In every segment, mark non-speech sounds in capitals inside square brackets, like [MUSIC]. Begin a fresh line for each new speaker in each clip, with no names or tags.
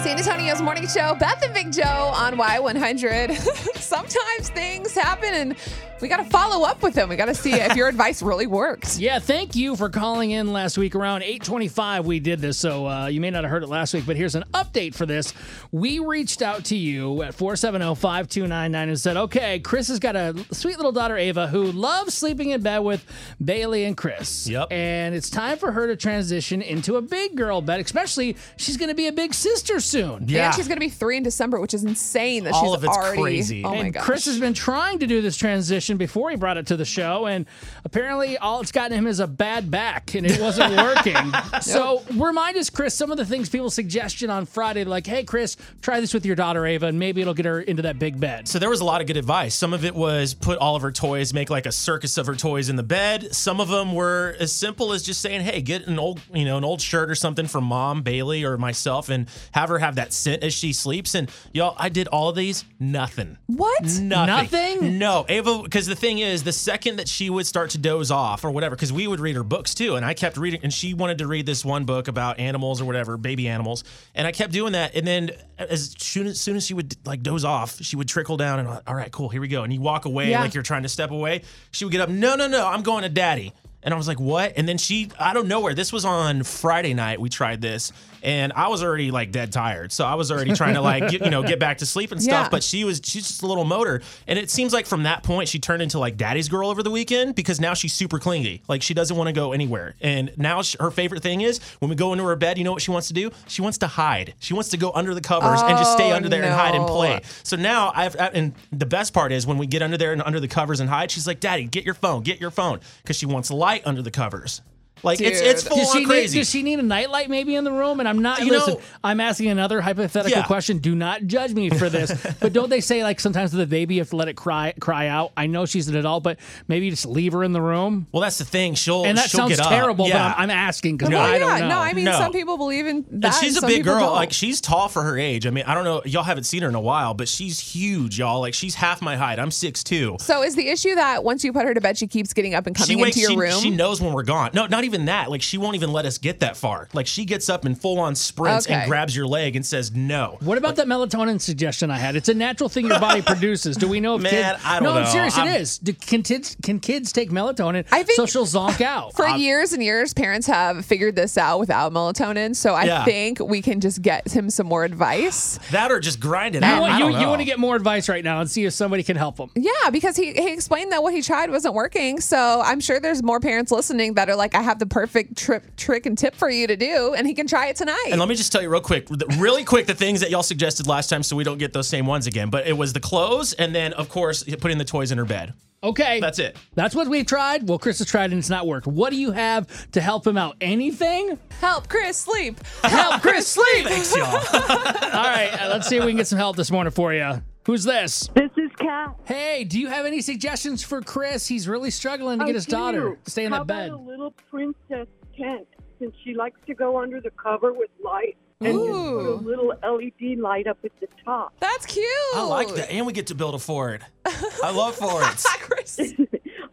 San Antonio's morning show, Beth and Big Joe on Y100. [LAUGHS] Sometimes things happen and we got to follow up with them. We got to see if
[LAUGHS]
your advice really worked.
Yeah, thank you for calling in last week around 8:25 we did this. So uh, you may not have heard it last week, but here's an update for this. We reached out to you at oh, 470-5299 and said, "Okay, Chris has got a sweet little daughter Ava who loves sleeping in bed with Bailey and Chris.
Yep.
And it's time for her to transition into a big girl bed, especially she's going to be a big sister soon."
And she's going to be three in December, which is insane that
All
she's
of it's
already.
crazy.
Oh my
and
gosh.
Chris has been trying to do this transition before he brought it to the show, and apparently all it's gotten him is a bad back, and it
[LAUGHS]
wasn't working. So remind us, Chris, some of the things people suggested on Friday, like, "Hey, Chris, try this with your daughter Ava, and maybe it'll get her into that big bed."
So there was a lot of good advice. Some of it was put all of her toys, make like a circus of her toys in the bed. Some of them were as simple as just saying, "Hey, get an old, you know, an old shirt or something from mom, Bailey, or myself, and have her have that scent as she sleeps." And y'all, I did all of these, nothing.
What?
Nothing.
Nothing?
No, Ava. Because the thing is, the second that she would start to doze off or whatever, because we would read her books too, and I kept reading, and she wanted to read this one book about animals or whatever, baby animals, and I kept doing that, and then as soon as, soon as she would like doze off, she would trickle down, and I'm like, all right, cool, here we go, and you walk away
Yeah.
like you're trying to step away, she would get up, no, no, no, I'm going to daddy. And I was like, what? And then she, I don't know where. This was on Friday night. We tried this, and I was already like dead tired. So I was already trying to like, get, you know, get back to sleep and stuff.
Yeah.
But she was, she's just a little motor. And it seems like from that point, she turned into like daddy's girl over the weekend because now she's super clingy. Like she doesn't want to go anywhere. And now she, her favorite thing is when we go into her bed, you know what she wants to do? She wants to hide. She wants to go under the covers and just stay
Oh,
under there and hide and
no.
play. So now I've I- and the best part is when we get under there and under the covers and hide, she's like, "Daddy, get your phone, get your phone," because she wants light under the covers. Like it's it's
Dude.
full
Does she,
on
need,
crazy.
does she need a nightlight maybe in the room? And I'm not,
You
listen,
know-
I'm asking another hypothetical
Yeah.
question. Do not judge me for
[LAUGHS]
this. but don't they say, like, sometimes with a baby, you have to let it cry cry out? I know she's an adult, but maybe you just leave her in the room.
well, that's the thing. She'll
And that
she'll
sounds
get up.
terrible,
Yeah.
but I'm, I'm asking because
Well,
I
yeah.
don't know.
No, I mean,
No.
some people believe in that.
and she's a
some
big
people
girl.
don't.
Like she's tall for her age. I mean, I don't know. Y'all haven't seen her in a while, but she's huge, y'all. Like she's half my height. I'm six two.
so is the issue that once you put her to bed, she keeps getting up and coming into your
she,
room?
She knows when we're gone. No, not even that. Like she won't even let us get that far. Like she gets up and full on sprints
Okay.
and grabs your leg and says no.
What about that melatonin suggestion I had? It's a natural thing your
[LAUGHS]
body produces. Do we know if
Man,
kids?
I don't
no, I'm
know.
serious.
I'm-
It is. Do, can kids can kids take melatonin?
I think-
so. She'll zonk out.
[LAUGHS]
For years and years, parents have figured this out without melatonin. So I
Yeah.
think we can just get him some more advice.
That or just grind it
you
out. I
want,
don't
you, you
know.
want to get more advice right now and see if somebody can help them.
Yeah, because he, he explained that what he tried wasn't working. So I'm sure there's more parents listening that are like, I have the perfect trip, trick and tip for you to do, and he can try it tonight.
And let me just tell you real quick, th- really quick, the things that y'all suggested last time, so we don't get those same ones again. But it was the clothes, and then of course putting the toys in her bed.
Okay,
That's it.
That's what we tried. Well, Chris has tried and it's not worked. What do you have to help him out? Anything?
Help Chris sleep.
Help
[LAUGHS]
Chris sleep.
Thanks, y'all.
[LAUGHS] All right, uh, let's see if we can get some help this morning for you. Who's this?
This is Kat.
Hey, do you have any suggestions for Chris? He's really struggling to
I
get his
do.
daughter to stay in
How
that bed.
About a little princess tent, since she likes to go under the cover with light and just put
Ooh.
a little LED light up at the top.
That's cute.
I
Oh.
like that, and we get to build a Ford. I
[LAUGHS]
love Fords.
Chris.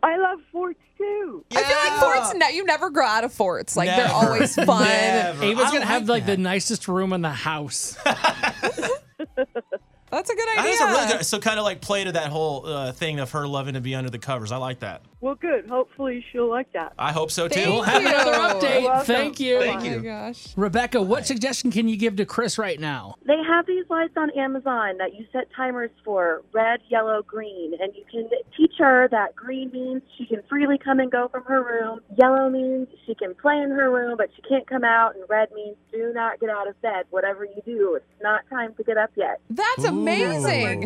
I love forts too.
I feel like forts, ne- you never grow out of forts. Like they're
Never. [LAUGHS]
always fun.
Never.
Ava's
I
gonna
like
have like
that.
the nicest room in the
[LAUGHS]
house.
That's a good idea.
That is a really good. So kind of like play to that whole uh, thing of her loving to be under the covers. I like that.
Well, good. Hopefully she'll like that.
I hope so too.
Thank
we'll have
you.
another
You're
update.
welcome.
Thank you.
Thank
Oh
you.
my gosh.
Rebecca, what suggestion can you give to Chris right now?
They have these lights on Amazon that you set timers for red, yellow, green. And you can teach her that green means she can freely come and go from her room. Yellow means she can play in her room, but she can't come out. And red means do not get out of bed. Whatever you do, it's not time to get up yet.
That's amazing.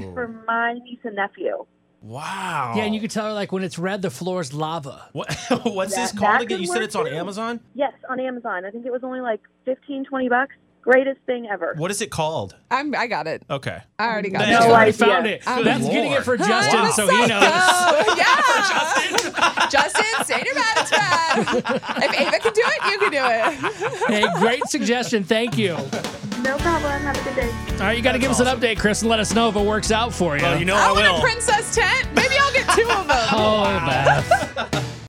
Ooh.
For my niece and nephew.
Wow.
Yeah, and you can tell her like when it's red, the floor is lava.
What, [LAUGHS] what's this
That-
called
that
again?
could
You said
work,
it's on
too.
Amazon.
Yes, on Amazon. I think it was only like fifteen, twenty bucks. Greatest thing ever.
What is it called?
I'm, I got it.
Okay.
I already got it.
That's
No
where I
idea.
found it.
Oh,
Good
That's getting
lord.
it for
Ah,
Justin,
the
so he
psycho. [LAUGHS]
knows.
Yeah. [LAUGHS] Justin, say your bad, it's bad. If Ava can do it, you can do it.
Hey, great suggestion. Thank you. All
No problem. Have a good day.
right, you got to give us an update, Chris, and let us know if it works out for you.
Well, you know
I Oh,
I,
want
will.
a princess tent. Maybe I'll get two of them.
Oh, Beth.